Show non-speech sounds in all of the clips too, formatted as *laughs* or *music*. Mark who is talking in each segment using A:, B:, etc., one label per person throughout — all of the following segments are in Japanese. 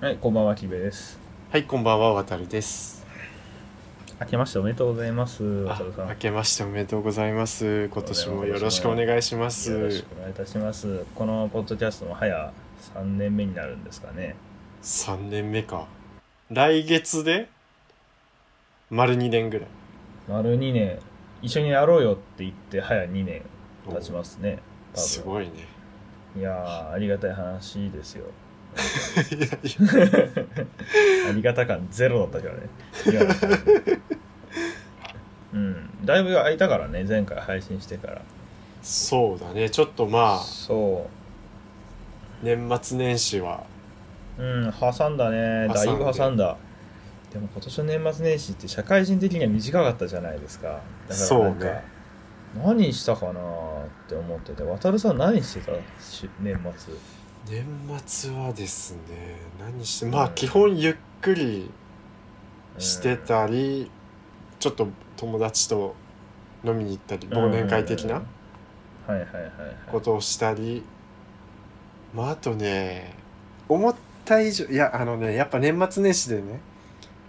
A: はい、こんばんは、きべです。
B: はい、こんばんは、わたるです。
A: 明けましておめでとうございます。
B: あ
A: 渡るさん。
B: 明けましておめでとうございます。今年もよろしくお願いします。
A: よろしくお願いいたします。このポッドキャストも早3年目になるんですかね。
B: 3年目か。来月で丸2年ぐらい。
A: 丸2年、一緒にやろうよって言って早2年経ちますね。
B: おす
A: い。
B: ごいね。
A: いやー、ありがたい話ですよ。
B: いやいや
A: ありがた感ゼロだったからね。今の感じうん、だいぶ空いたからね、前回配信してから。
B: そうだね。ちょっとまあ、
A: そ
B: 年末年始は、
A: う。うん、挟んだね。だいぶ
B: 挟
A: 挟んだ。でも今年の年末年始って社会人的には短かったじゃないですか。だからなんか、
B: そうね
A: 何したかなーって思ってて、渡るさん何してたし年末。
B: 年末はですね、何して、まあ基本ゆっくり
A: うん
B: して。たり、ちょっと友達と飲みに行ったり、忘年会的
A: う
B: な。
A: んはいはいはいはい。
B: ことをしたり、まあ、あとね思った以上いやあのねやっぱ年末年始でね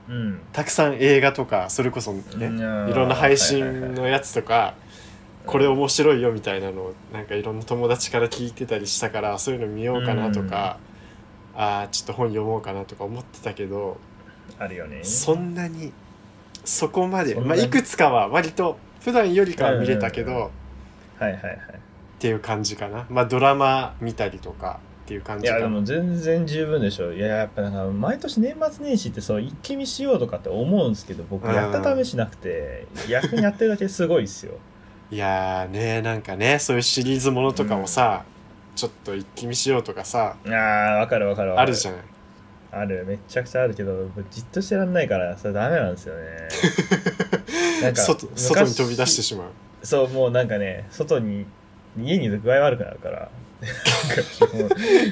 A: うん。
B: たくさん映画とかそれこそね
A: うん
B: いろん
A: はい
B: な配
A: はい
B: 信
A: はい
B: のやつとかこれ面白いよみたいなのをなんかいろんな友達から聞いてたりしたからそういうの見ようかなとか、あーちょっと本読もうかなとか思ってたけど、
A: あるよね。
B: そんなにそこまで、
A: そんな
B: まあ、
A: に
B: いくつかは割と普段よりかは見れたけど、
A: うんうんうんはいはいはい。
B: っていう感じかなまあドラマ見たりとかっていう感
A: い
B: じか
A: や
B: な
A: でも全然十分でしょいややっぱなんか毎年年末年始ってそう一気見しようとかって思うんですけど僕
B: うん
A: やった試しなくて逆にやってるだけすごいっ
B: *laughs*
A: すよ
B: いやーねなんかねそういうシリーズものとかもさ、ちょっと一気見しようとかさ
A: あーわかるわかるわか
B: あるじゃない
A: あるめちゃくちゃあるけど僕じっとしてらんないからそれダメなんですよ
B: *laughs*
A: ねなんか
B: 外
A: 昔
B: 外に飛び出してしまう
A: そうもうなんかね外に家にいると具合悪くなるからなんかも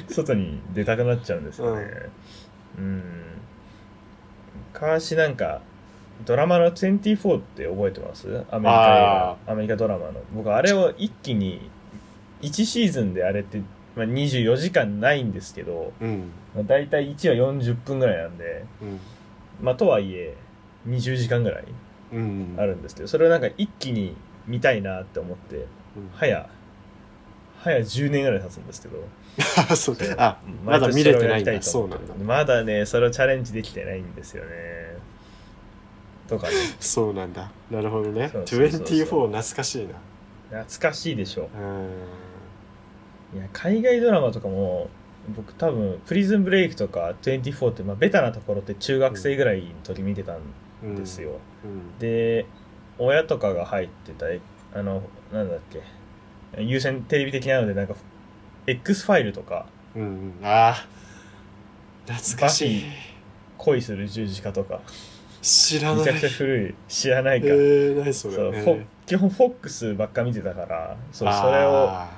A: う外に出たくなっちゃうんですよねうん昔なんかドラマの24って覚えてますアメリカ
B: あ
A: 映画アメリカドラマの僕あれを一気に1シーズンであれって、まあ、24時間ないんですけど、
B: うん
A: まあ、大体1は40分ぐらいなんで
B: うん
A: まあとはいえ20時間ぐらい
B: うん
A: あるんですけどそれをなんか一気に見たいなって思って
B: うん
A: 早早10年ぐらい経つんですけど
B: あ *laughs* そう
A: そう
B: あまだ見れてないんだ
A: そ
B: そうう
A: な
B: なんん
A: だ
B: だ
A: まだねそれをチャレンジできてないんですよねと
B: *laughs*
A: かね
B: そうなんだなるほどね
A: そうそうそうそう
B: 24懐かしいな
A: 懐かしいでしょ
B: うん
A: いや海外ドラマとかも僕多分プリズンブレイクとか24って、まあ、ベタなところって中学生ぐらいの時見てたん
B: うん
A: ですよ、
B: うん
A: で親とかが入ってたえあのなんだっけ優先テレビ的なのでなんか X ファイルとか
B: うんうんあー懐かしい
A: 恋する十字架とか
B: 知ら
A: め
B: な
A: *laughs* ちゃ
B: い
A: くちゃ古い知らな
B: え
A: いか、
B: ー、何それ
A: そう
B: えー
A: フォ基本フォックスばっか見てたからそうそれを
B: あ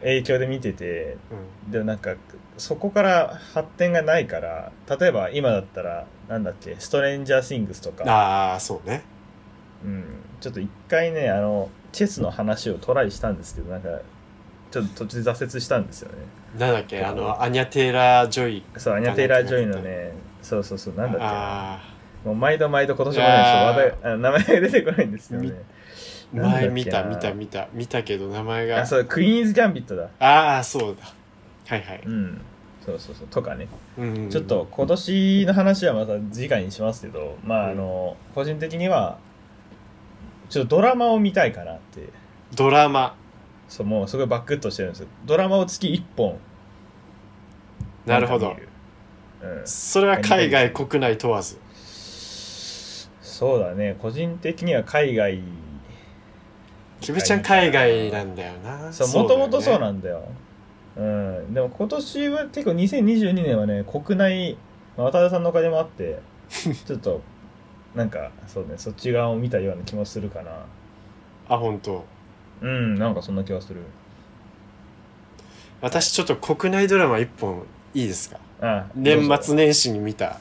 A: 影響で見てて
B: ーうん
A: でもなんかそこから発展がないから例えば今だったらなんだっけ「ストレンジャー・シングス」とか、
B: ああそうね
A: うん、ちょっと一回ねあのチェスの話をトライしたんですけどなんかちょっと途中で挫折したんですよね
B: なんだっけあのアニャ・テイラー・ジョイ
A: そうアニャ・テイラー・ジョイのねそうそうそうなんだっけ
B: あ
A: もう毎度毎度今年も
B: いや
A: ねそう
B: ー
A: 話題あ名前が出てこないんですよね
B: みー
A: なんだっけ
B: 前
A: な
B: 見た見た見た見たけど名前が
A: あそうクイーンズ・ギャンビットだ
B: ああそうだはいはい、
A: うんそうそうそうとかね、
B: うんうん
A: ちょっと今年の話はまた次回にしますけどまああの、個人的にはちょっとドラマを見たいかなって
B: ドラマ
A: そうもうすごいバックッとしてるんですよドラマを月1本
B: なるほ
A: ん
B: ど
A: か見るうん、
B: それは海外国内問わず
A: そうだね個人的には海外
B: キムちゃん海外なんだよな
A: そうもともとそう
B: だ
A: な
B: よね
A: んだようんでも今年は結構2022年はね国内、まあ渡辺さんのおかげもあって
B: *laughs*
A: ちょっとなんかそうねそっち側を見たような気もするかな
B: あ本当
A: うんなんかそんな気がする
B: 私ちょっと国内ドラマ一本いいですか
A: あ
B: 年
A: どうぞ
B: 末年始に見た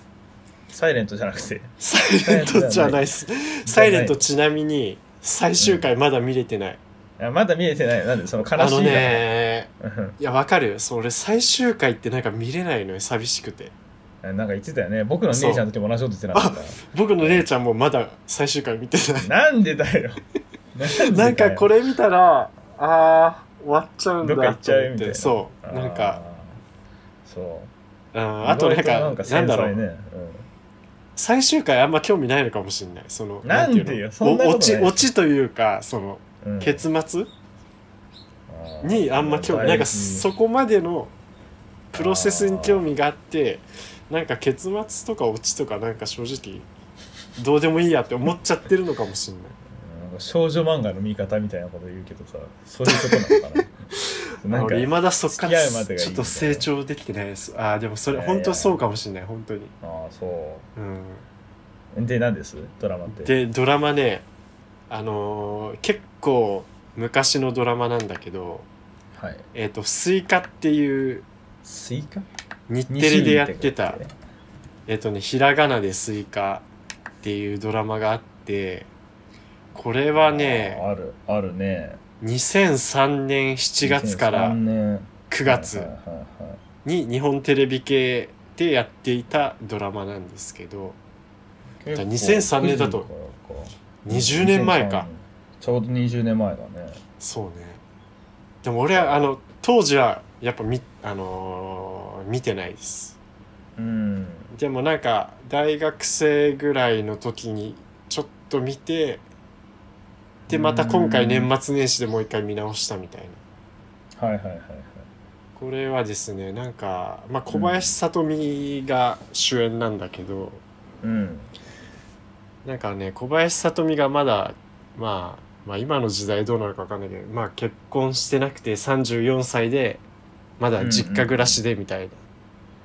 A: サイレントじゃなくて
B: 「サイレント」じゃないっす「サイレント」
A: じ
B: ちなみに最終回まだ見れてない、
A: ゃないあまだ見えてないなんでその悲しい
B: あの
A: な
B: ね
A: うん
B: いやわかるよそれ最終回ってなんか見れないのよ寂しくて
A: あ *laughs* なんか言ってたよね僕の姉ちゃんの時も同じこと言ってなかっ
B: 僕の姉ちゃんもまだ最終回見てない
A: たなんでだよなんでだよ
B: なんかこれ見たらあー終わっちゃうんだ
A: どっか行っち
B: と
A: ゃう
B: 思っ
A: みたい
B: て
A: な
B: そ
A: あ
B: う
A: ー
B: なんか
A: そう
B: うんあとなんかなん
A: 意外と
B: だろ
A: 繊細
B: う
A: ね
B: 最終回あんま興味ないのかもしれないその
A: なんでよ
B: ていうの
A: そんなことない
B: お落ち落ちというかその
A: うんうん
B: 結末
A: あー
B: にあんま興味なんかそこまでのプロセスに興味があってなんか結末とかオチとかなんか正直どうでもいいやって思っちゃってるのかもしれない
A: なんか少女漫画の見方みたいなこと言うけどさそういう
B: *laughs*
A: ことなのかななんか
B: 俺未だそっから
A: 付き合うまでがいいみたいな
B: ちょっと成長できてないですああでもそ
A: い
B: れ
A: やいや
B: 本当そうかもしれない本当に
A: ああそ
B: うん
A: うで何ですドラマって
B: でドラマねあのー結構昔のドラマなんだけど
A: はい
B: えっ、と「スイカ」っていう
A: スイカ
B: 日テレでやって
A: 西
B: た
A: 見こ
B: えっとね、ひらがなでスイカっていうドラマがあって、これ
A: と
B: はね、
A: ああるあるね
B: 2003年7月から
A: 2003年
B: 9月
A: はいはいはいはい
B: に日本テレビ系でやっていたドラマなんですけど、
A: 結構
B: 2003年だと
A: 9からか
B: 20年前か。
A: ちょうど20年前だね
B: そうね。でも俺は、あの、当時はやっぱみ、あのー見てないです。
A: うん
B: でもなんか、大学生ぐらいの時にちょっと見て、で、また今回年末年始でもう一回見直したみたいな。
A: はいはいはいはい
B: これはですねなんか、まあ、小林さとみが主演なんだけど、
A: うん
B: なんかね小林さとみがまだ、まあ、まあ今の時代どうなるか分かんないけど、まあ、結婚してなくて34歳でまだ実家暮らしでみたい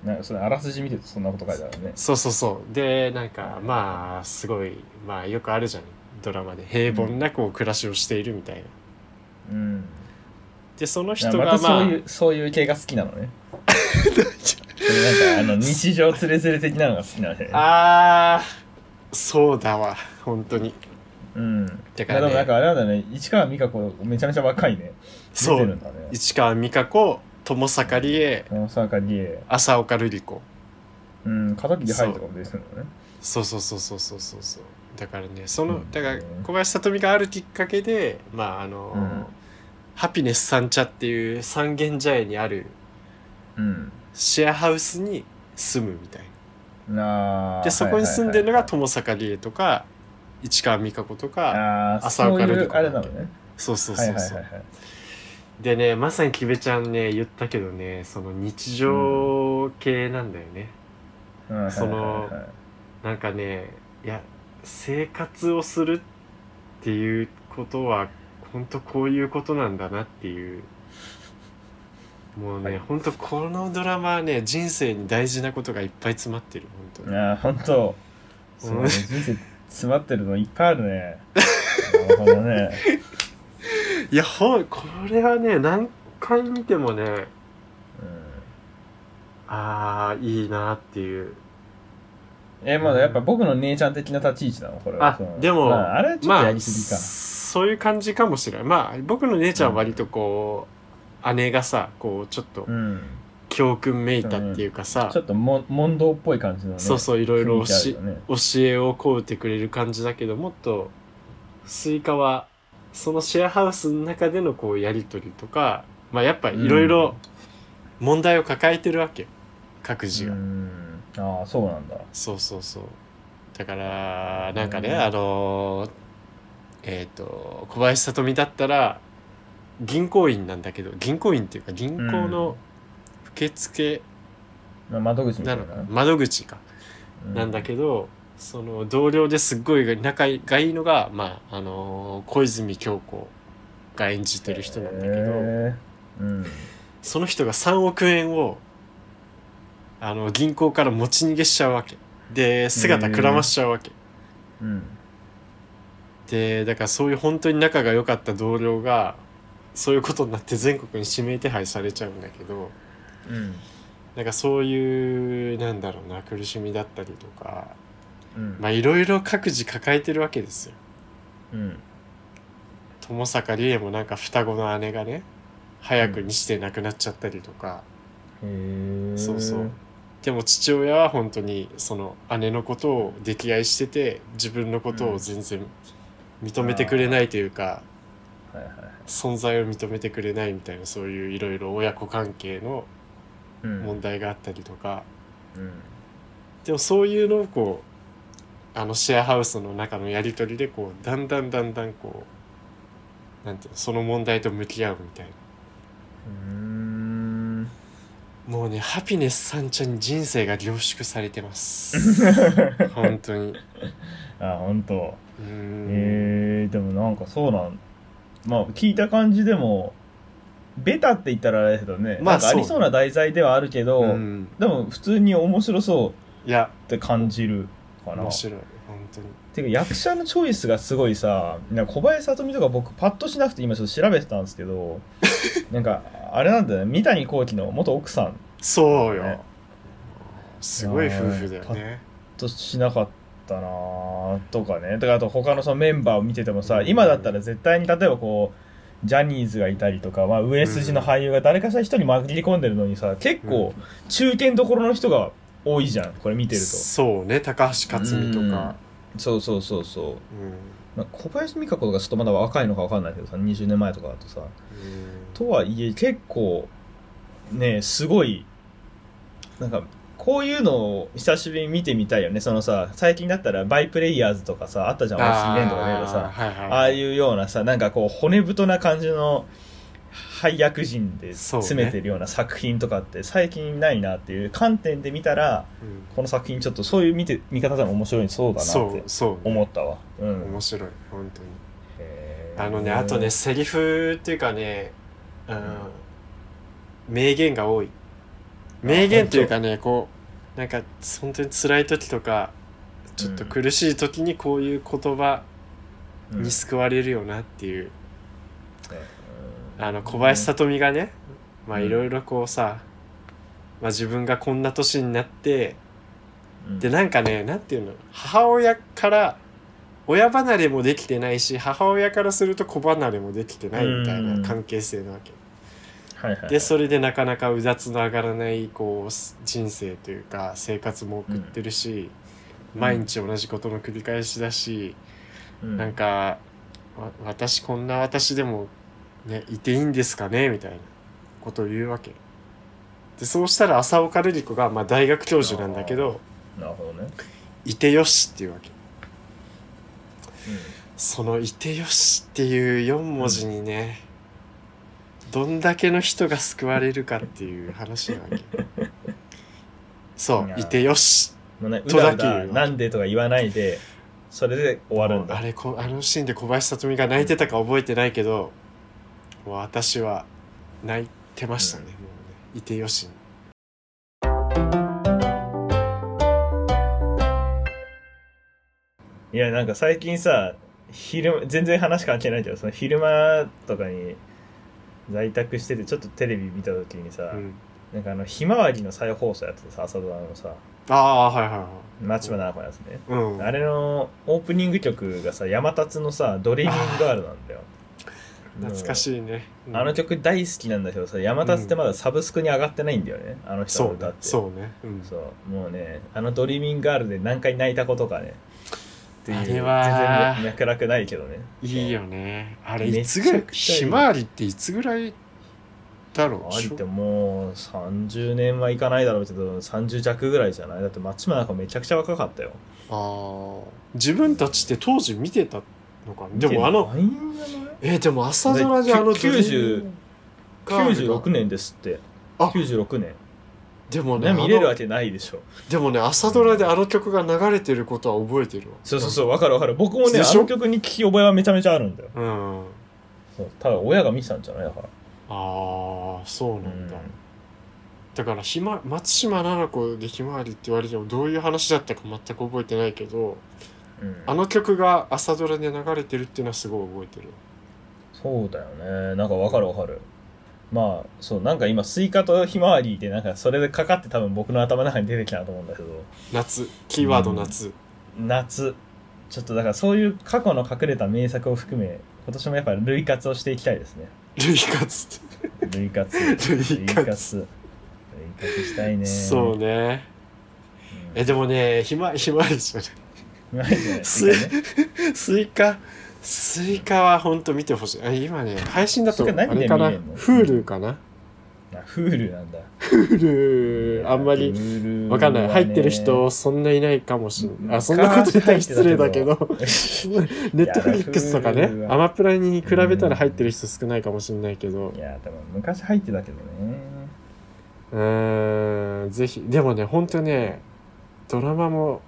B: な、
A: なんかそれあらすじ見てるとそんなこと書いてあるね
B: そうそうそうでなんかまあすごい、まあ、よくあるじゃんドラマで平凡なこう暮らしをしているみたい
A: う
B: な。
A: ん
B: でその
A: あ
B: 人
A: また
B: がま
A: そ
B: あ
A: ういう、そういう系が好きなの
B: *laughs*
A: ねなんかあの日常つれづれ的なのが好きなのね
B: あーそうだわ本当に。
A: うん
B: て
A: いやでもなんかあれなんだね市川美香子めちゃめちゃ若いね
B: そう
A: 出てるんだね
B: 市川美香子友坂理恵
A: 山本さんか理恵
B: 浅岡瑠璃子
A: うん片桐入るとかも出てるのね
B: そうそうそうそうそうそうそうだからねその
A: うん
B: だから小林さとみがあるきっかけでまああの、
A: うん
B: ハピネス三茶っていう三軒茶屋にある
A: うん
B: シェアハウスに住むみたい
A: な
B: な
A: あ
B: でそこに住んでるの
A: は
B: が
A: い
B: 友坂理恵とか市川美香子と
A: はい
B: か
A: はいああ
B: 浅
A: そ
B: 岡
A: うい
B: 瑠璃
A: う
B: 子
A: あれなのね
B: そうそう
A: は
B: そ
A: いはい
B: う
A: はい
B: そう、
A: はい
B: でねまさにきべちゃんね言ったけどねその日常系なんだよね、
A: うんはいはいはいはい
B: そのなんかねいや生活をするっていうことは本当こういうことなんだなっていうもう
A: は
B: ね
A: い
B: 本当、このドラマはね人生に大事なことがいっぱい詰まってる本当に
A: ああ本当そうね
B: うん
A: 人生詰まってるのいっぱいある
B: *laughs*
A: ねなるほどね
B: いやほんこれはね何回見てもね
A: うん
B: ああいいなっていう
A: えまだやっぱ僕の姉ちゃん的な立ち位置なのこれは
B: あ
A: その
B: でも
A: まあ、あれはちょっと
B: ま
A: や
B: あ
A: りすぎか、
B: そういう感じかもしれないまあ僕の姉ちゃんは割とこう、姉がさこうちょっと
A: うん
B: 教訓めいたっていうかさ、
A: ちょっとも問答っぽい感じのね
B: そうそういろいろ教
A: 雰囲気あるよね
B: 教えを請うてくれる感じだけどもっとスイカはそのシェアハウスの中でのこうやり取りとか、まあ、やっぱいろいろ問題を抱えてるわけよ各自
A: う
B: が、
A: んああそうなんだ
B: そうそうそうだからなんかね、
A: うん
B: あのーえっ、と小林さとみだったら銀行員なんだけど銀行員っていうか銀行の受付
A: まあ窓口みた
B: ないの
A: な
B: かな、窓口か
A: う
B: なんだけど、その同僚ですっごい仲がいいのが、まああのー小泉京子が演じてる人なんだけど、
A: へえうん
B: その人が3億円をあの銀行から持ち逃げしちゃうわけで姿くらましちゃうわけ、
A: うん
B: でだからそういう本当に仲が良かった同僚がそういうことになって全国に指名手配されちゃうんだけど
A: うん
B: なんかそういうなんだろうな苦しみだったりとか
A: うん
B: まあいろいろ各自抱えてるわけですよ。
A: うん
B: 友坂理恵もなんか双子の姉がね早くにして亡くなっちゃったりとか、
A: へえ
B: そうそうでも父親は本当にその姉のことを溺愛してて自分のことを全然認めてくれないというか、
A: はいはいはい
B: 存在を認めてくれないみたいなそういういろいろ親子関係の
A: うん
B: 問題があったりとか、
A: うん
B: でもそういうのをこうあのシェアハウスの中のやり取りでこうだんだんだんだんこうなんていうのその問題と向き合うみたいな
A: うーん
B: もうねハピネス三茶に人生が凝縮されてます
A: *laughs*
B: 本当に
A: あ本当。
B: うーん、
A: えー、でもなんかそうなんまあ聞いた感じでもベタって言ったらあれだけどね、
B: まあ
A: なんかありそうな題材ではあるけど、
B: うん、
A: でも普通に面白そう
B: いや
A: って感じるかな
B: 面白い本当に
A: てか役者のチョイスがすごいさなんか小林聡美とか僕パッとしなくて今ちょっと調べてたんですけ
B: *laughs*
A: どなんかあれなんだよね三谷幸喜の元奥さん
B: そうよ、
A: ね
B: すごい夫婦だよね
A: としなかったなぁとかねだからあと他のそのメンバーを見ててもさ今だったら絶対に例えばこうジャニーズがいたりとか、まあ、上筋の俳優が誰かしら人に紛れ込んでるのにさ結構中堅どころの人が多いじゃんこれ見てると
B: そうね高橋克実とか、
A: そうそうそうそう
B: うん
A: まあ小林美香子とかちょっとまだ若いのか分かんないけどさ20年前とかだとさとはいえ結構ねすごいなんかこういうのを久しぶりに見てみたいよねそのさ最近だったらバイプレイヤーズとかさあったじゃん大杉ンとかねいろいろさ
B: はいはい、
A: ああいうようなさなんかこう骨太な感じの配役陣で
B: そうね
A: 詰めてるような作品とかって最近ないなっていう観点で見たら
B: うん
A: この作品ちょっとそういう見て見方でも面白いそうだなっ
B: そ
A: て
B: うそうね
A: 思ったわうん
B: 面白い本当に
A: へー
B: あのねあとねセリフっていうかね、うん名言が多い名言というかねこうなんか本当に辛い時とかちょっと苦しい時にこういう言葉
A: うん
B: に救われるよなっていう、
A: うん
B: あの小林聡美がね、まあいろいろこうさ、まあ、自分がこんな年になって
A: うん
B: でなんかねなんていうの母親から親離れもできてないし母親からすると子離れもできてないみたいな関係性なわけ、
A: はいはいはい、
B: でそれでなかなかうだつの上がらないこうす人生というか生活も送ってるし、
A: うん
B: 毎日同じことの繰り返しだし、
A: うん
B: なんかわ私こんな私でも、ね、いていいんですかねみたいなことを言うわけでそうしたら浅岡瑠璃子が、まあ、大学教授なんだけど
A: なるほどね、
B: いてよしっていうわけその「いてよし」っていう4文字にね、どんだけの人が救われるかっていう話なわけそ
A: いう
B: 「
A: やー
B: いてよし
A: うん、もうねう
B: 戸田
A: だう
B: 切
A: だ
B: は
A: なんでとか言わないでそれで」終わるん
B: もうあ
A: だ
B: れこあのシーンで小林聡美が泣いてたか覚えてないけど、もう私は泣いてましたね、
A: うん
B: もうね「いてよしに」
A: いやなんか最近さ昼全然話関係ないけどその昼間とかに在宅しててちょっとテレビ見た時にさ、
B: うん
A: なんかあのひまわりの再放送やっててさ朝ドラのさ
B: ああはいはいは
A: 町場奈々子のやつね、
B: いうん
A: あれのオープニング曲がさ山立のさ「ドリーミングガール」なんだよ
B: 懐か
A: い
B: しいね、うん
A: あの曲大好きなんだけどさ、山立ってまだサブスクに上がってないんだよね、あの人
B: そ
A: の
B: う
A: 歌
B: ね
A: って。
B: そうね、うん、
A: そうもうね、あのドリーミングガールで何回泣いたことかね。っていう
B: あれは
A: 全然脈絡ないけどね。
B: いいよねあれ
A: め
B: い
A: ち
B: つ
A: ゃ
B: ぐらい
A: くちゃいい
B: ひまわりっていつぐらいだろう
A: ありってもう30年はいかないだろうけど、30弱ぐらいじゃないだって松島なんかめちゃくちゃ若かったよ。
B: ああ自分たちって当時見てたのかなでもあ
A: 見
B: の
A: てないんじゃない
B: えーでも朝ドラであの
A: きゅ90
B: ガールが
A: 96年ですって。
B: あ
A: 96年。
B: でもね
A: ね、
B: あの
A: 見れるわけないでしょ。
B: でもね朝ドラであの曲が流れてることは覚えてるわ
A: そうそうそう、わかるわかる。僕もね、
B: で
A: あ
B: しょ
A: の曲に聞き覚えはめちゃめちゃあるんだよ。
B: ううん
A: そうただ親が見てたんじゃないだから。
B: ああそうなんだ、
A: うん
B: だからひま松島菜々子で「ひまわり」って言われてもどういう話だったか全く覚えてないけど
A: うん
B: あの曲が朝ドラで流れてるっていうのはすごい覚えてる
A: そうだよねなんかわかるわかるまあそうなんか今スイカとひまわりでなんかそれでかかって多分僕の頭の中に出てきたなと思うんだけど
B: 夏キーワード夏、
A: 夏ちょっとだからそういう過去の隠れた名作を含め今年もやっぱり類活をしていきたいですね
B: ルイカツ
A: 類活
B: 類活
A: 類活類活したいね。
B: そうね
A: うん。
B: えでもね暇暇ですよね
A: マジで。
B: す
A: いいかね
B: スイカスイカはほんと見てほしいあ今ね配信だと
A: スイカ
B: あ
A: 何で
B: れかな
A: 見れんの
B: Hulu かな
A: あフールなんだ。
B: Hulu あんまり
A: り
B: わかんない入って
A: *laughs*
B: る人そんないないかもしんないあそんなこと言ったら失礼だけどネットフリックスとか
A: いやだ
B: ね
A: から Hulu は
B: アマプラに比べたら入ってる人少ないかもしんないけど
A: いや、でも昔入ってたけどね。
B: うーんぜひでもねほんとねドラマも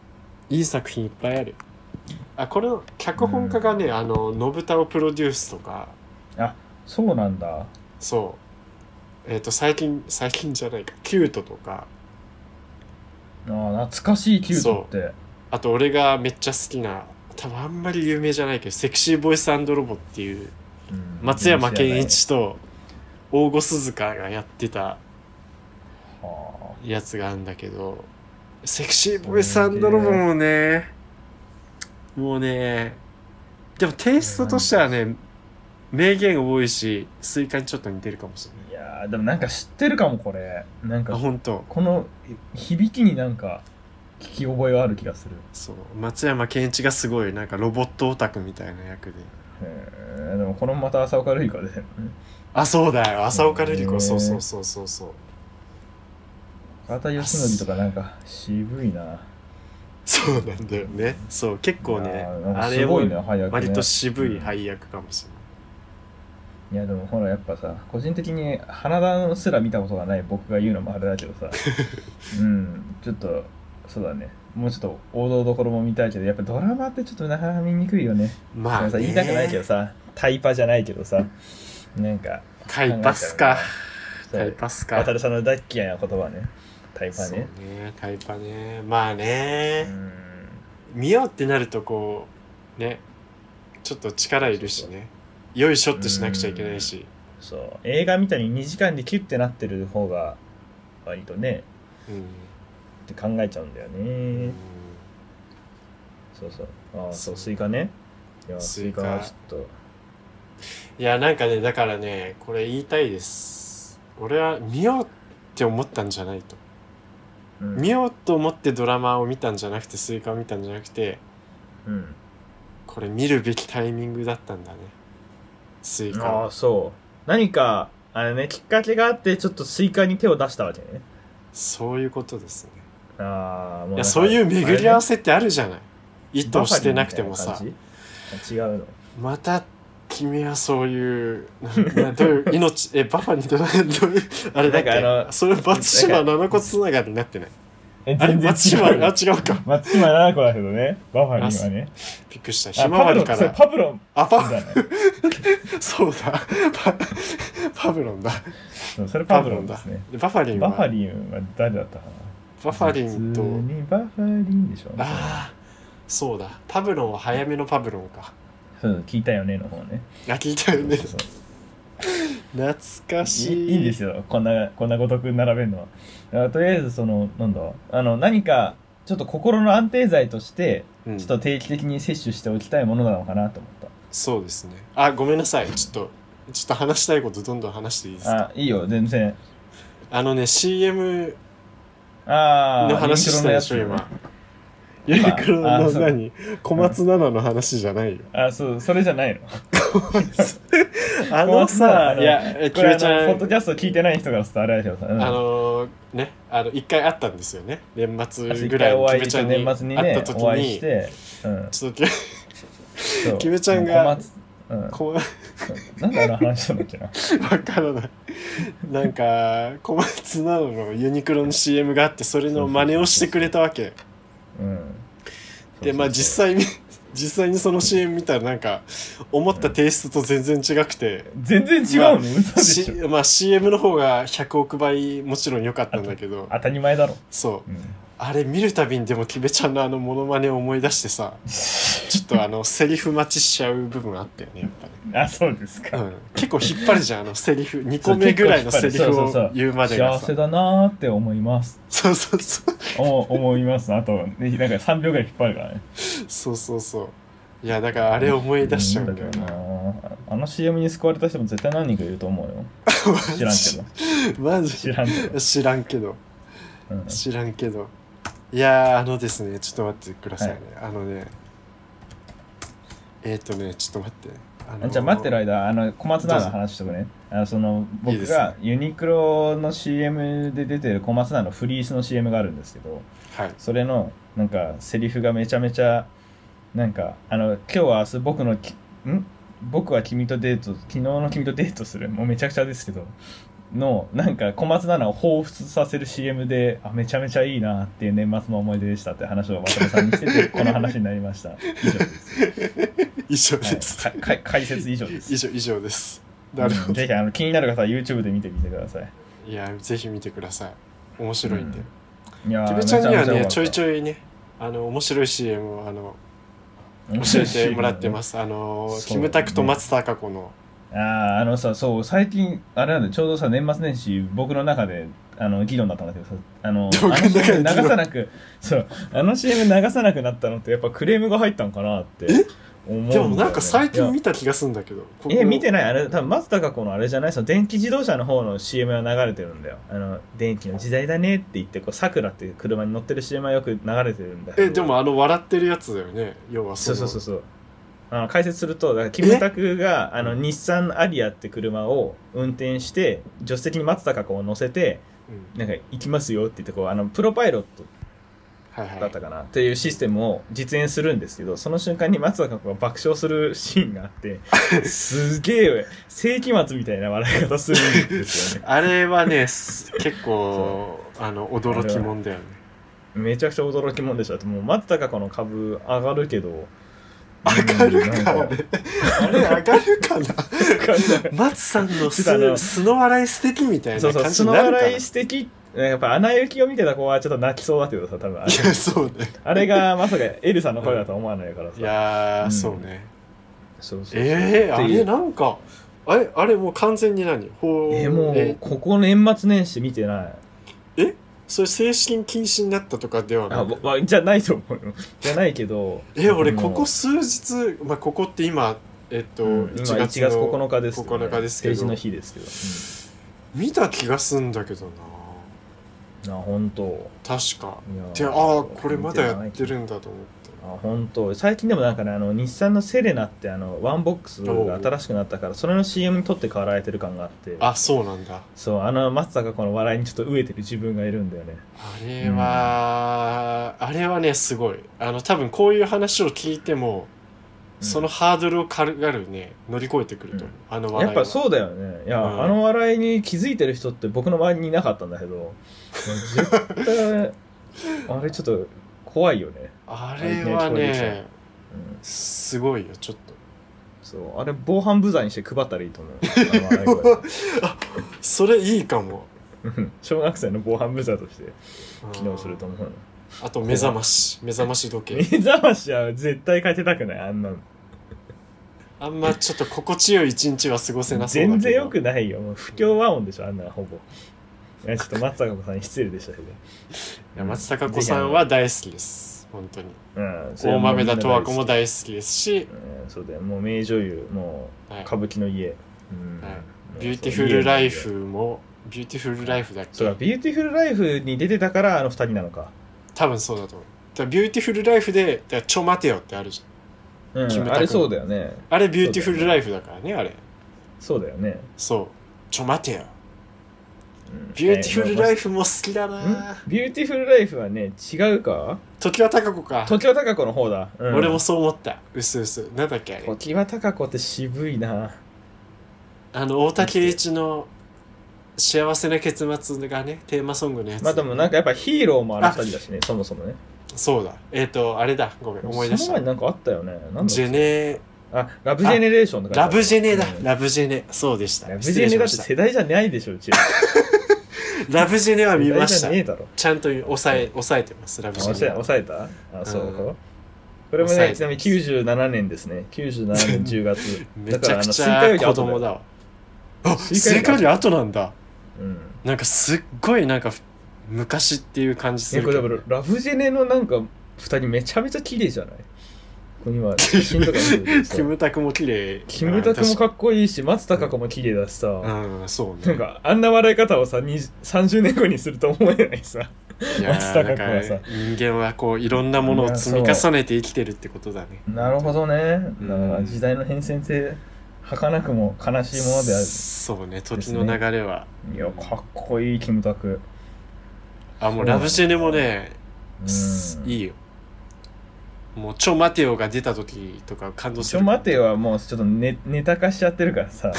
B: いい作品いっぱいあるあこれの脚本家がね、あの信太をプロデュースとか
A: そうなんだ。
B: そうえっ、と最近最近じゃないかキュートとか
A: ああ、懐かしいキュートって。
B: あと俺がめっちゃ好きな多分あんまり有名じゃないけどセクシーボイスロボっていう
A: うん
B: 松山ケンイチ。と大御鈴鹿がやってた
A: は
B: やつがあるんだけどセクシーボイスロボもねもうねでもテイストとしてはね名言多いしスイカにちょっと似てるかもしれ
A: あいやー、でもなんか知ってるかも、これ。なん
B: ないあ
A: か、
B: 本当
A: この響きになんか聞き覚えはある気がする。
B: そう松山ケンイチがすごいなんかロボットオタクみたいな役で
A: へーでもこのまた浅岡ルイカで、
B: *laughs*
A: ね、
B: あそうだよ浅岡瑠璃
A: へ
B: 子
A: ー
B: そうそうそうそうそう
A: 川田義則とかなんか渋いな
B: そうなんだよねそう結構
A: い
B: ね
A: やーなんか
B: あれ
A: すごいね
B: も
A: 早くね
B: 割と渋い配役かもしれない
A: いやでもほらやっぱさ個人的に花田すら見たことがない僕が言うのもあれだけどさうんちょっとそうだねもうちょっと王道どころも見たいけどやっぱドラマってちょっとなかなか見にくいよね
B: まあ
A: でもさ言いたくないけど
B: ね
A: さタイパじゃないけどさなんか
B: タイパスか
A: そう
B: タイパスか
A: 渡さんの大っ嫌いな言葉ねタイパ
B: そう
A: ね
B: ねタイパねまあ
A: う
B: ね
A: ん
B: 見ようってなるとこうねちょっと力いるしねよいしょってしなくちゃいけないし
A: そう映画みたいに2時間でキュッてなってる方が割とねって考えちゃうんだよ
B: うんう
A: ね
B: ん
A: そうそうああそうスイカねいや
B: ス
A: ス
B: イ
A: イ
B: カ
A: カはちょっと
B: いやなんかねだからねこれ言いたいです俺は見ようって思ったんじゃないと、
A: うん
B: 見ようと思ってドラマを見たんじゃなくてスイカを見たんじゃなくて
A: うん
B: これ見るべきタイミングだったんだねスイ
A: あ
B: カ
A: あそう何かあれねきっかけがあってちょっとスイカに手を出したわけね
B: そういうことですね
A: ああも
B: いやそういう巡り合わ
A: せ
B: せってあるじゃない、意図してなくてもさ
A: 違うの
B: また君はそういうななどうい
A: *laughs*
B: う命えバファにどうどういうあれだっけ
A: なんかあの
B: それ松島七子つながりになってない
A: え
B: あれ松島あ違
A: 松
B: うか
A: 島七子だけどねバファリンはね
B: びっくりした
A: あ
B: ひまわりか
A: それ
B: ら
A: パブロン
B: あパ
A: じゃない
B: そうだパパブロンだ
A: そうそれ
B: パ
A: パ
B: ブ
A: ブ
B: ロ
A: ロ
B: ン
A: ン
B: だ
A: ですね
B: バファリンは
A: バファリンは誰だったかな
B: バファリンと
A: 普通にバファリンでしょ
B: ああそうだパブロンは早めのパブロンか
A: そう聞いたよねの方ね
B: あ聞いたよね
A: そうそう
B: *laughs* 懐かしい
A: いいいんですよこんなこんなごとく並べるのはだからとりあえずそのなんだあの何かちょっと心の安定剤として
B: うん
A: ちょっと定期的に摂取しておきたいものなのかなと思っ
B: そうですねあごめんなさいちょっとちょっと話したいことどんどん話していいです
A: た、
B: か
A: あいいよ全然
B: あのね CM
A: ああ
B: の話したでしょ今ユニクロ
A: あ
B: の
A: あそう
B: 何小松菜奈の話じゃないよ
A: あそうそれじゃないの
B: あの
A: 小松菜
B: さ
A: 奈
B: いやえ
A: こ
B: キ
A: れ
B: ム
A: あ
B: ちゃ
A: のポッ
B: ん
A: ドキャスト聞いてない人からするとあれだけどさ、うん
B: あのねあの一回会ったんですよね年末
A: 一
B: ぐらい
A: 回
B: に
A: お
B: キ
A: 会い
B: ム
A: し
B: ちゃ
A: て
B: んに
A: 年末に
B: 会っ
A: ね
B: た時
A: お会い
B: に
A: して、うん、
B: ちょっと
A: そう
B: キムちゃんが
A: 小松うん、
B: 小松
A: なんであの話したんだっけな
B: わからないなんか小松菜奈のユニクロの CM があってそれの真似をしてくれたわけ
A: うん
B: でまあ実際に *laughs* 実際にその CM 見たらなんか思ったテイストと全然違くて、
A: 全然違うの、嘘で
B: し
A: しょ
B: まあ、CM の方が100億倍もちろん良かったんだけど
A: 当たり前だろ、
B: そう
A: うん、
B: あれ見るたびにでもキベちゃんのあのモノマネを思い出してさちょっとあのセリフ待ちしちゃう部分あったよねやっぱね
A: *laughs* あそうですか、
B: うん、結構引っ張るじゃんあのセリフ2個目ぐらいのセリフを言うまでが
A: 幸
B: さ
A: せだなーって思います
B: そうそうそう
A: お *laughs* 思いますあと、ね、なんか3秒ぐらい引っ張るからね
B: そうそうそういやだからあれ思い出しちゃうんだよ
A: な
B: な、
A: あの CM に救われた人も絶対何人かいると思うよ
B: *laughs*
A: 知らんけど
B: マジ
A: 知らんけど、
B: 知らんけど
A: うん、
B: 知らんけどいやーあのですねちょっと待ってくださいね、あのねえっ、ー、とねちょっと待ってあの
A: じゃあ待ってる間、あの小松菜の話しとくね。あのその
B: いい
A: 僕
B: です
A: がユニクロの CM で出てる小松菜のフリースの CM があるんですけど、
B: はい
A: それのなんかセリフがめちゃめちゃ、なんか、あの、今日は明日僕のき、ん僕は君とデート、昨日の君とデートする、もうめちゃくちゃですけど、の、なんか小松菜奈を彷彿させる CM で、あ、めちゃめちゃいいなっていう年末の思い出でしたって話を渡辺さんにしてて、
B: *laughs*
A: この話になりました。以上です。
B: 以上
A: はい
B: です、
A: かか解説以上です
B: 以。上以上ですなるほど
A: ぜひあの気になる方は YouTube で見てみてください。
B: いやぜひ見てください面白いんで、
A: うんいや
B: てべちゃんにはねちょい
A: ょ
B: ちょいねあの面白い CM をあの
A: い。
B: 教えてもらってますすあの
A: そう
B: キムタクと松たか子の
A: ああ、あのさ、そう、最近、あれなんで、ちょうどさ、年末年始、僕の中で、あの、議論だったんだけどさ、あの、あ
B: *laughs* 僕の
A: の
B: 中で
A: CM
B: 議論
A: 流さなく、そう、あの CM 流さなくなったのって、やっぱクレームが入ったのかなって思うんだ
B: で
A: よね
B: もなんか
A: い
B: 最
A: や
B: 近見た気がするんだけどここ
A: え、見てないあれ、多分松たか子のあれじゃないその電気自動車の方の CM が流れてるんだよ。あの、電気の時代だねって言って、こう、桜っていう車に乗ってる CM はよく流れてるんだけど
B: えでもあの笑ってるやつだよね要は
A: そう
B: の
A: そうそうそうあの解説するとだからキムタクがあの日産アリアって車を運転して助手席に松たか子を乗せて
B: うん
A: なんか行きますよって言ってこうあのプロパイロット
B: はいはい
A: だったかなっていうシステムを実演するんですけどその瞬間に松たか子が爆笑するシーンがあって
B: *laughs*
A: すげえ世紀末みたいな笑い方するんですよね
B: あれ
A: *laughs*
B: はね、す結構、あの、驚きもんだよね。
A: めちゃくちゃ驚きもんでしたってもう松たか子の株上がるけど
B: 上がる
A: うん
B: か、
A: な
B: あ
A: んか
B: れ。あれ、上がるかな松さんの
A: ちょっとあの
B: 素素の笑い素敵みたい
A: そ
B: な
A: うそう、
B: 感じ
A: 素
B: に
A: の
B: なるかな。
A: 笑い
B: い
A: 素敵。やっぱ、穴行きを見てた子はちょっと泣きそうだけどさ、多分あれ
B: や、そうね。
A: あれがまさかエルさんの声だとは思わないからさ。
B: いやー、
A: うん
B: そうね。
A: そうそう。
B: ええ
A: っ
B: ー、あ
A: ていう
B: れなんか、あれ、あれもう完全に何ほう
A: えもう、ここ年末年始見てない。
B: それ正式に禁止になったとかでは
A: あ、
B: なく
A: わわじゃないと思うよ。じゃないけど。
B: え、俺、
A: もう
B: ここ数日、まあ、ここって今、えっと、
A: うん今1月9日です、
B: 9日ですけど
A: 政治の日ですけ
B: 見た気がすんだけど
A: ど。
B: な
A: うん、あ、本当。
B: 確か。
A: いや
B: でああこれまだやっ
A: 見ない
B: てるんだと思って
A: あ本当最近でもなんかねあの日産のセレナってあのワンボックスが新しくなったからそれの CM に撮って買われてる感があって
B: あそうなんだ
A: そうあの松坂子の笑いにちょっと飢えてる自分がいるんだよね
B: あれは、あれはねすごいあの多分こういう話を聞いても、
A: うん
B: そのハードルを軽々ね乗り越えてくると思う、あの笑い
A: や
B: は
A: っぱそうだよねいや、
B: うん
A: あの笑いに気づいてる人って僕の周りにいなかったんだけど絶
B: *laughs*
A: 対あれちょっと怖いよね、
B: あれは
A: あれねこれで
B: ね
A: うん、
B: すごいよちょっと
A: そうあれ防犯部材にして配ったらいいと思うあの笑い声
B: *laughs* それいいかも
A: うん小学生の防犯部材として機能すると
B: うん
A: 思うの
B: あと目覚まし目覚まし時
A: 目
B: 計
A: 覚ましは絶対かけたくないあんなの
B: あんまちょっと心地よい一日は過ごせなそうだけど
A: 全然よくないよもう不協和音でしょあんなのほぼいやちょっと松坂子さんに失礼でしたけど
B: いや松たか子さんは大好きです本当に
A: うんそれ
B: 大
A: はもうみ
B: 豆
A: んな
B: 田十和子
A: 大好
B: も
A: き
B: 大好きですし、
A: うんそうだよもう名女優もう
B: はい
A: 歌舞伎の家、うん
B: は
A: も
B: いうビューティフルライ
A: そう
B: フも、ビューティフルライフだっ
A: そうだ
B: け
A: ビューティフルライフに出てたからあの二人なのか、
B: 多分そうだと思う。だからビューティフルライフで、だからちょ待てよってあるじゃん。
A: う
B: キムタ
A: ん、
B: ク
A: あれそうだよね
B: あれビューティフルライフだからね、あれ。
A: そうだよね、
B: そう。ちょ待てよ。
A: うん
B: ビューティフルライ
A: フ、
B: フも好きだ
A: えーまあ
B: な
A: んビューティフルライフはね違うか
B: 時は高子か。
A: 時は高子の方だ、うん
B: 俺もそう思った。うすうす。なんだっけあれ。
A: 時は高子って渋いな
B: あの、大竹栄一の幸せな結末がね、テーマソングのやつ。
A: まあでもなんかやっぱヒーローもあの二人だしねそもそもね
B: そうだ。えっ、と、あれだ。ごめん、思い出
A: そ
B: し
A: の前に
B: た。
A: なんかあったよねなんだっけ
B: ジェネ
A: あラブジェネレーションとか
B: ラブジェネだ
A: う。ん
B: ラブジェネ。そうでした。
A: ラブ
B: 失
A: ジ
B: 礼
A: ェネ
B: し
A: だ
B: ま
A: って
B: した。
A: 世代じゃないでしょうちら *laughs*
B: ラブジェネは見まし
A: 世代じゃ
B: た
A: ね。えだろ
B: ちゃんと抑え、抑えてます、ラブジ
A: 抑え
B: ェ
A: 抑えたあそう、
B: うん
A: これも
B: 抑え
A: ね
B: て
A: ちなみに97年ですね97年10月 *laughs*
B: めちゃくち
A: だからあのスイ
B: ゃ
A: カより
B: 子
A: 後
B: 供だわ。あ、ス
A: イカより後
B: イカより後なんだ。
A: うん
B: なんかすっごいなんか昔っていう感じす
A: え
B: る
A: こ
B: け
A: れ
B: ど
A: だからラブジェネのなんか2人めちゃめちゃ綺麗じゃないこには写真とか見てる *laughs*
B: *laughs* キ
A: けどさ
B: ムタクも綺麗
A: キムタクも
B: か
A: かっこいいし松たか子も綺麗だしさ、
B: うんそう
A: なん
B: ね
A: かあんな笑い方をさ20 30年後にすると思えないさ
B: いやー
A: 松たか子はさ
B: だから人間はこういろんなものを積み重ねて生きてるってことだね
A: なるほどね
B: うん
A: だから時代の変遷性儚くも悲しいものである
B: そうね時の流れは、
A: いやかっこいいキムタク
B: あもうラブジェネもね、
A: うん
B: いいよもう「ちょ待てよ」が出た時とか感動す
A: ち
B: る
A: ょ待てよはもうちょっとネネタ化しちゃってるから
B: *laughs*
A: さ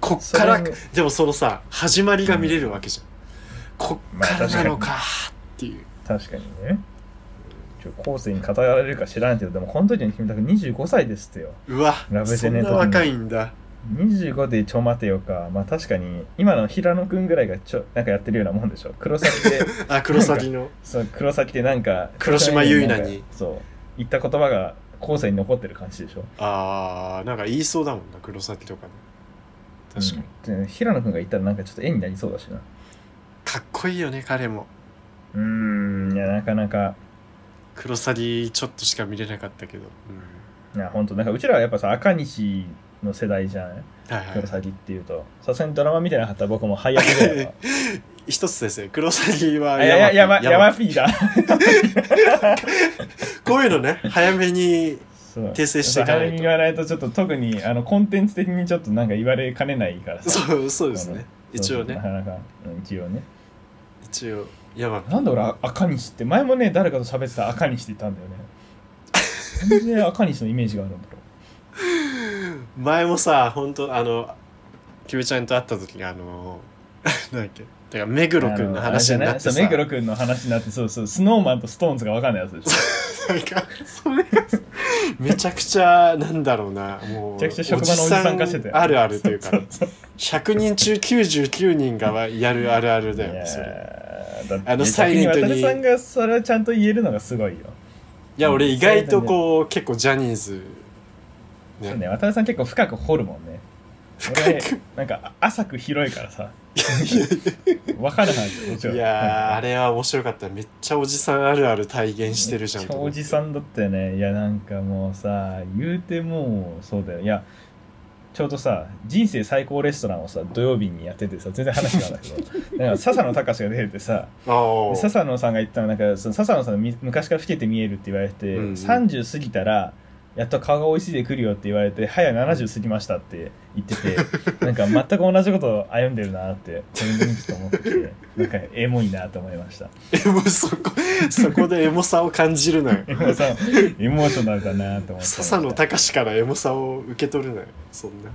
B: こっから
A: それに
B: でもそのさ始まりが見れるわけじゃん、こっからなのか
A: ま
B: ーっていう、
A: 確かにねちょ後世に語られるか知らんけどでもこの時のキムタク25歳ですってよ
B: うわ
A: ラブジ
B: そ
A: ェ
B: ん
A: ネ
B: な若いんだ
A: 25でちょ待てよかまあ確かに今の平野くんぐらいがちょなんかやってるようなもんでしょ黒崎
B: *laughs*
A: で
B: あ黒崎の
A: そう黒崎でなんか
B: 黒島結菜に
A: なんかそう言った言葉が後世に残ってる感じでしょ
B: あーなんか言いそうだもんな黒崎とかね確かに、
A: に、で平野くんが言ったらなんかちょっと絵になりそうだしな
B: かっこいいよね彼も
A: うーんいやなかなか
B: 黒崎ちょっとしか見れなかったけど、
A: いや本当なんかうちらはやっぱさ赤西の世代じゃない
B: うん、はいは
A: 黒
B: い
A: 崎っていうとさすがにドラマ見てなかったら僕も配役ぐら
B: *laughs*
A: いは
B: 一つですね黒崎は
A: あいやいや
B: ヤ
A: や
B: マ
A: ま
B: ピ
A: や
B: ヤ
A: ま
B: マ
A: ピーだ
B: *laughs* こういうの
A: *laughs*
B: ね早めに
A: そう
B: 訂正していかないと
A: 早めに言わないとちょっと特にあのコンテンツ的にちょっとなんか言われかねないからさ
B: そうそうですね一応
A: な
B: ね
A: かなか、うん一応ね
B: 一応ヤマピ
A: なんで俺赤西って前もね誰かと喋ってた赤西って言ったんだよね全然赤西のイメージがあるんだろ
B: 前もさ本当あのキムちゃんと会った時にあの *laughs* なんだっけだから *laughs* 目黒くんの話になってさ
A: あのあれじゃないそう目黒くんの話になってそうそうスノーマンとストーンズが分かんないやつでしょ
B: なんかそれがめちゃくちゃなんだろうなもう
A: めちゃくちゃ職場のおじさん化してたよ
B: あるあるというか
A: そうそう
B: 100人中99人がやるあるある
A: い
B: だ
A: や
B: よそれ
A: ーだって
B: あのサイレントに
A: 逆渡さんがそれをちゃんと言えるのがすごいよ、
B: いや俺意外とこう結構ジャニーズね
A: そうね渡さん結構深く掘るもんね俺なんか浅く広いからさ分かるはずもちろん
B: いやーあれは面白かっためっちゃおじさんあるある体現してるじゃん
A: めっちゃおじさんだったよねいやなんかもうさ言うてもうそうだよいやちょうどさ人生最高レストランをさ土曜日にやっててさ全然話が合わないけどなんか笹野隆が出ててさ
B: ああ
A: で笹野さんが言ったのなんかその笹野さんみ昔から老けて見えるって言われて、
B: うんうん
A: 30過ぎたらやっと顔が追いついてくるよって言われて早70過ぎましたって言って
B: *laughs*
A: てなんか全く同じことを歩んでるなってこれ見てて思っててなんかエモいなと思いま
B: *laughs*
A: した
B: エモそこそこでエモさを感じるなよ
A: エモさエモーショナルだなと思ってました
B: 笹野隆からエモさを受け取るなよそんな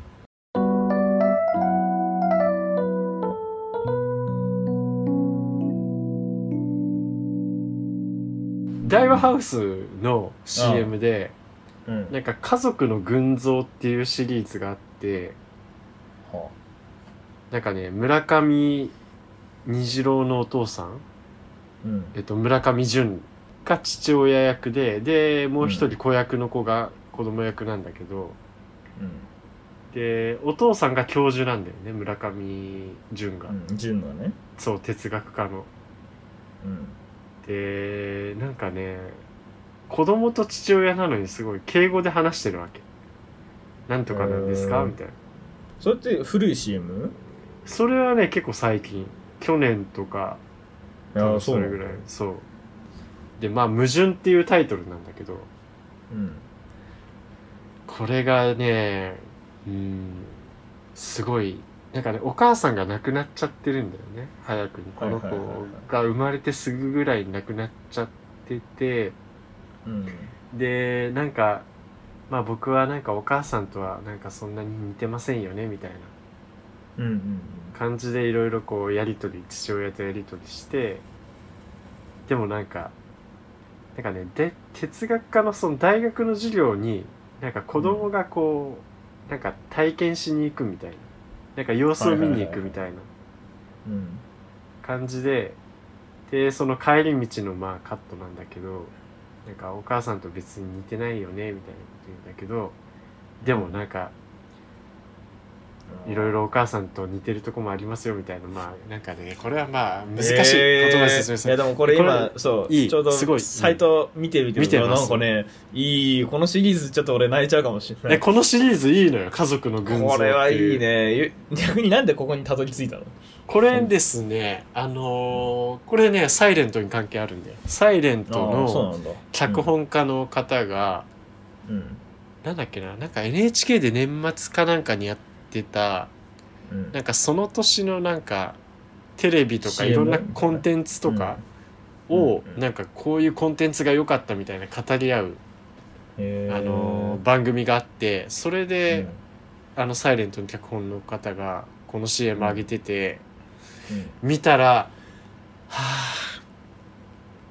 B: ダイワハウスの CM で
A: うん
B: なんか「家族の群像」っていうシリーズがあって
A: は
B: なんかね村上虹郎のお父さん、
A: うん
B: えっと、村上淳が父親役ででもう一人子役の子が子供役なんだけど、
A: う
B: でお父さんが教授なんだよね村上淳が、
A: ん、純のね、
B: そう哲学家の
A: うん、
B: でなんかね子供と父親なのにすごい敬語で話してるわけなんとかなんです
A: へ
B: か
A: ー
B: みたいな
A: それって古い CM?
B: それはね結構最近去年とか
A: い
B: 多
A: や
B: 分それ
A: な
B: ぐ
A: ん
B: ら
A: だ
B: いそうでまあ「矛盾」っていうタイトルなんだけど
A: うん
B: これがねうんすごいなんかねお母さんが亡くなっちゃってるんだよね早くにこの子
A: はいはいはいはい
B: が生まれてすぐぐらいに亡くなっちゃってて
A: うん
B: でなんかまあ僕はなんかお母さんとはなんかそんなに似てませんよねみたいな
A: うんうん
B: 感じでいろいろこうやり取り父親とやり取りしてでもなんかなんかねで哲学科のその大学の授業になんか子供がこう、なんか体験しに行くみたいななんか様子を見に行くみたいな
A: うん
B: 感じででその帰り道のまあカットなんだけどなんかお母さんと別に似てないよねみたいなこと言うんだけどでもなんかいろいろお母さんと似てるとこもありますよみたいなまあなんかねこれはまあ難しい言葉で説明する、
A: えーいやでもこれ今そう
B: いい
A: ちょうど
B: すごい
A: サイト見てみて
B: 見て
A: る
B: ま
A: な
B: す
A: んかねいいこのシリーズちょっと俺泣いちゃうかもしれな
B: え
A: い
B: このシリーズいいのよ家族の群像っていう
A: これはいいねゆ逆になんでここにたどり着いたの
B: これですねあのーこれね「サイレントに関係あるんだよ「サイレント
A: ああそう
B: の
A: なんだ
B: 脚本家の方が、
A: うん
B: なんだっけななんか NHK で年末かなんかにやってた
A: うん
B: なんかその年のなんかテレビとか
A: CM
B: いろんなコンテンツとかを
A: うんうん
B: なんかこういうコンテンツが良かったみたいな語り合う
A: へー
B: あの番組があってそれ
A: う
B: で
A: ん
B: 「あのサイレントの脚本の方がこの CM 上げてて
A: うん
B: 見たら「はあ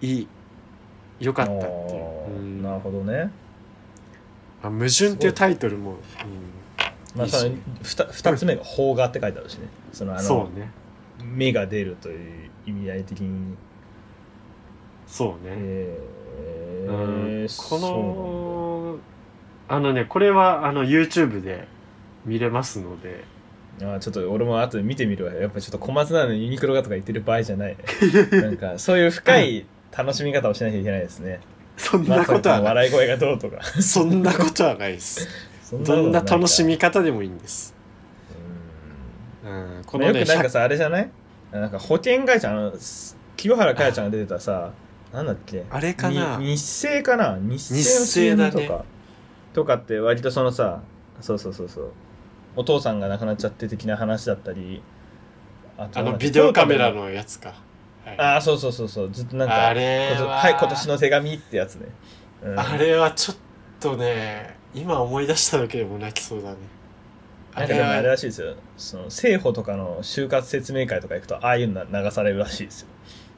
B: いい良かった」っていう
A: おー
B: うん
A: なるほどね、
B: あ矛盾」っていうタイトルも、うん
A: まあ、
B: いい
A: そ
B: し
A: の 2, 二つ目が「邦画」って書いてあるしねそのあの
B: そうね
A: 目が出るという意味合い的に
B: そうね。
A: えー
B: うん
A: そ
B: こ
A: うなんだ
B: のあのねこれはあの YouTube で見れますので
A: あーちょっと俺も後で見てみるわやっぱちょっと小松菜のユニクロがとか言ってる場合じゃないなんかそういう深い楽しみ方をしなきゃいけないですね
B: そんな
A: まさ
B: こ
A: に
B: とはない
A: 笑い声がどうとか
B: そんなことはないです
A: *laughs* そ
B: どんな
A: こといか
B: 楽しみ方でもいいんです、
A: う
B: うん、こ
A: んまあ
B: の
A: よ
B: ね
A: くなんかさあれじゃないなんか保険会社あの清原かやちゃんが出てたさなんだっけ
B: あれかな
A: に日清かな日清の
B: 日清だね
A: CM とか、とかって割とそのさそうそうそうそうお父さんが亡くなっちゃって的な話だったりあと
B: あ
A: なん
B: の
A: か
B: ビデオカメラのやつか、はい
A: ああそうそうそうそうずっとなんか
B: あれ
A: こと
B: は
A: はい今年の手紙ってやつね、うん
B: あれはちょっとね今思い出しただけでも泣きそうだね
A: な
B: あ
A: んか
B: れ
A: でもあれ
B: は
A: らしいですよその政府とかの就活説明会とか行くとああいうの流されるらしいですよ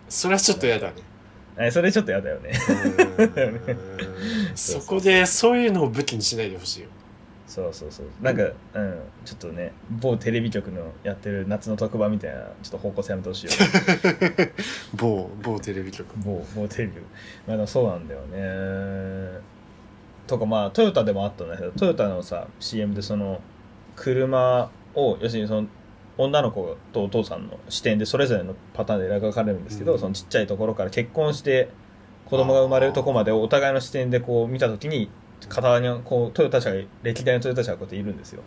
B: それはちょっと嫌だ
A: *laughs*
B: ね
A: えそれちょっとやだよね *laughs*
B: うんそこでそういうのを武器にしないでほしいよ
A: そうそうそうなんか、うん、ちょっとね某テレビ局のやってる夏の特番みたいなちょっと方向性やめてほしいよね
B: 某某テレビ局
A: 某 *laughs* 某テレビまあでもそうなんだよねとかまあトヨタでもあったんだけどトヨタのさ CM でその車を要するにその女の子とお父さんの視点でそれぞれのパターンで描かれるんですけど、
B: うん
A: そのちっちゃいところから結婚して子供が生まれるとこまでをお互いの視点でこう見た時に片側にこうトヨタ車が歴代のトヨタ車がこうやっているんですよ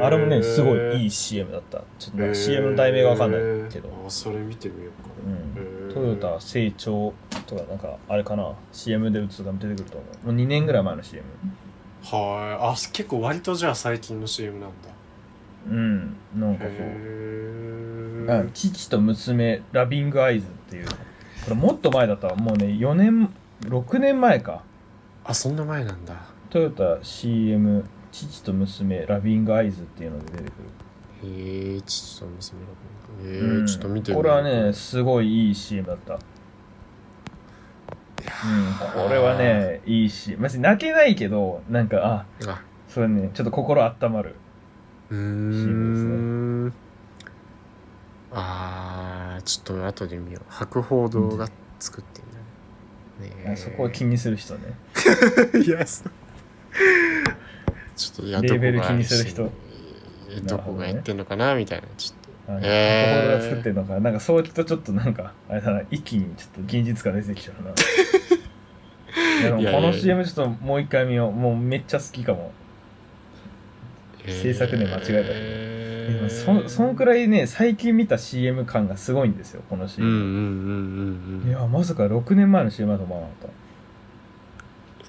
A: あ
B: あ
A: れもねすごいいい CM だったちょっとなんか CM の題名がわかんないけど、
B: あそれ見てみようか
A: うん
B: へー
A: トヨタ成長とかなんかあれかな CM で打つと多分出てくると思うもう2年ぐらい前の CM
B: はいあ結構割とじゃあ最近の CM なんだ
A: うんなんかそう
B: へ
A: あ父と娘ラビングアイズっていうこれもっと前だったわもうね4年6年前か
B: あそんな前なんだへ
A: トヨタ CM 父と娘ラビングアイズっていうので出てく
B: えちょっと娘だへえ、
A: る、うん
B: ちょっと見てみよ
A: こ
B: う
A: れはねすごいいい CM だったうん、これはねいいし別に泣けないけどなんかあ
B: あ
A: それねちょっと心温まる
B: うーんあーちょっと後で見よう白鳳堂が作ってるんだねねえ
A: そこを気にする人ね。
B: *laughs* いや、そうちょっとや
A: レーベル気にする人
B: どこがやってんのかなみたいな、ちょっ
A: あの心
B: へー
A: が作ってるのか、なんかそう聞くとちょっとなんか、あれだな、一気にちょっと現実感出てきちゃうな。
B: *laughs* いやい
A: で
B: や
A: もこの CM ちょっともう一回見よう。もうめっちゃ好きかも。
B: と。
A: 制作年間違えたよね
B: え
A: でもそそんく
B: い。
A: らいね、最近見た CM 感がすごいんですよ、この
B: うんうん
A: CM。
B: うんうんうん。
A: いや、まさか6年前の CM だと思わなかっ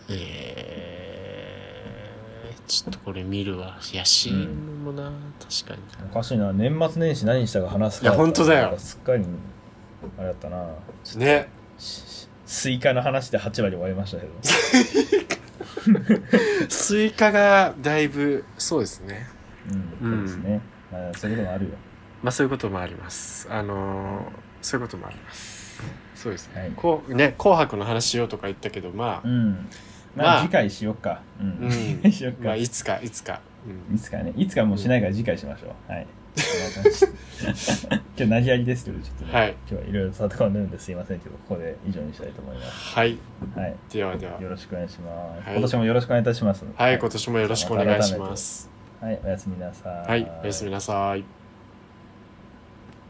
B: えーちょっとこれ見るわ。いや、CM もな、確かに。
A: た。おかしいな、年末年始何したか話すか
B: いや本当だよ
A: なんかすっかり、あれだったな。
B: ね。
A: しスイカの話で8割終わりま
B: *laughs*
A: したけど。
B: スイカがだいぶ、そうですね。
A: うん、そうですね。まあそういうこともあるよ。
B: まあそういうこともあります。あのーそういうこともあります。そうですね。
A: はい
B: こうね、紅白の話しようとか言ったけど、ま
A: う
B: あ、
A: ん。
B: ま
A: ま
B: あ
A: あ、次回しよっか。うん。
B: うん
A: 次 *laughs* 回しよっ
B: ま
A: か。
B: あ、
A: い
B: いつか、いつか。うん、
A: つかね。いつかもうしないから次回しましょう。はい。 *laughs* こんな感じ今日投げやりですけど、ちょっとね、
B: はい。
A: 今日はいろいろ立て込んでるんですいませんけど、ここで以上にしたいと思います。
B: はい。
A: はい。
B: ではでは
A: よ。ろしくお願いします。
B: はい
A: 今年もよろしくお願いいたします。
B: はい、今年もよろしくお願いします。
A: はい
C: はい、おやすみなさい。
A: はい、おやすみなさい。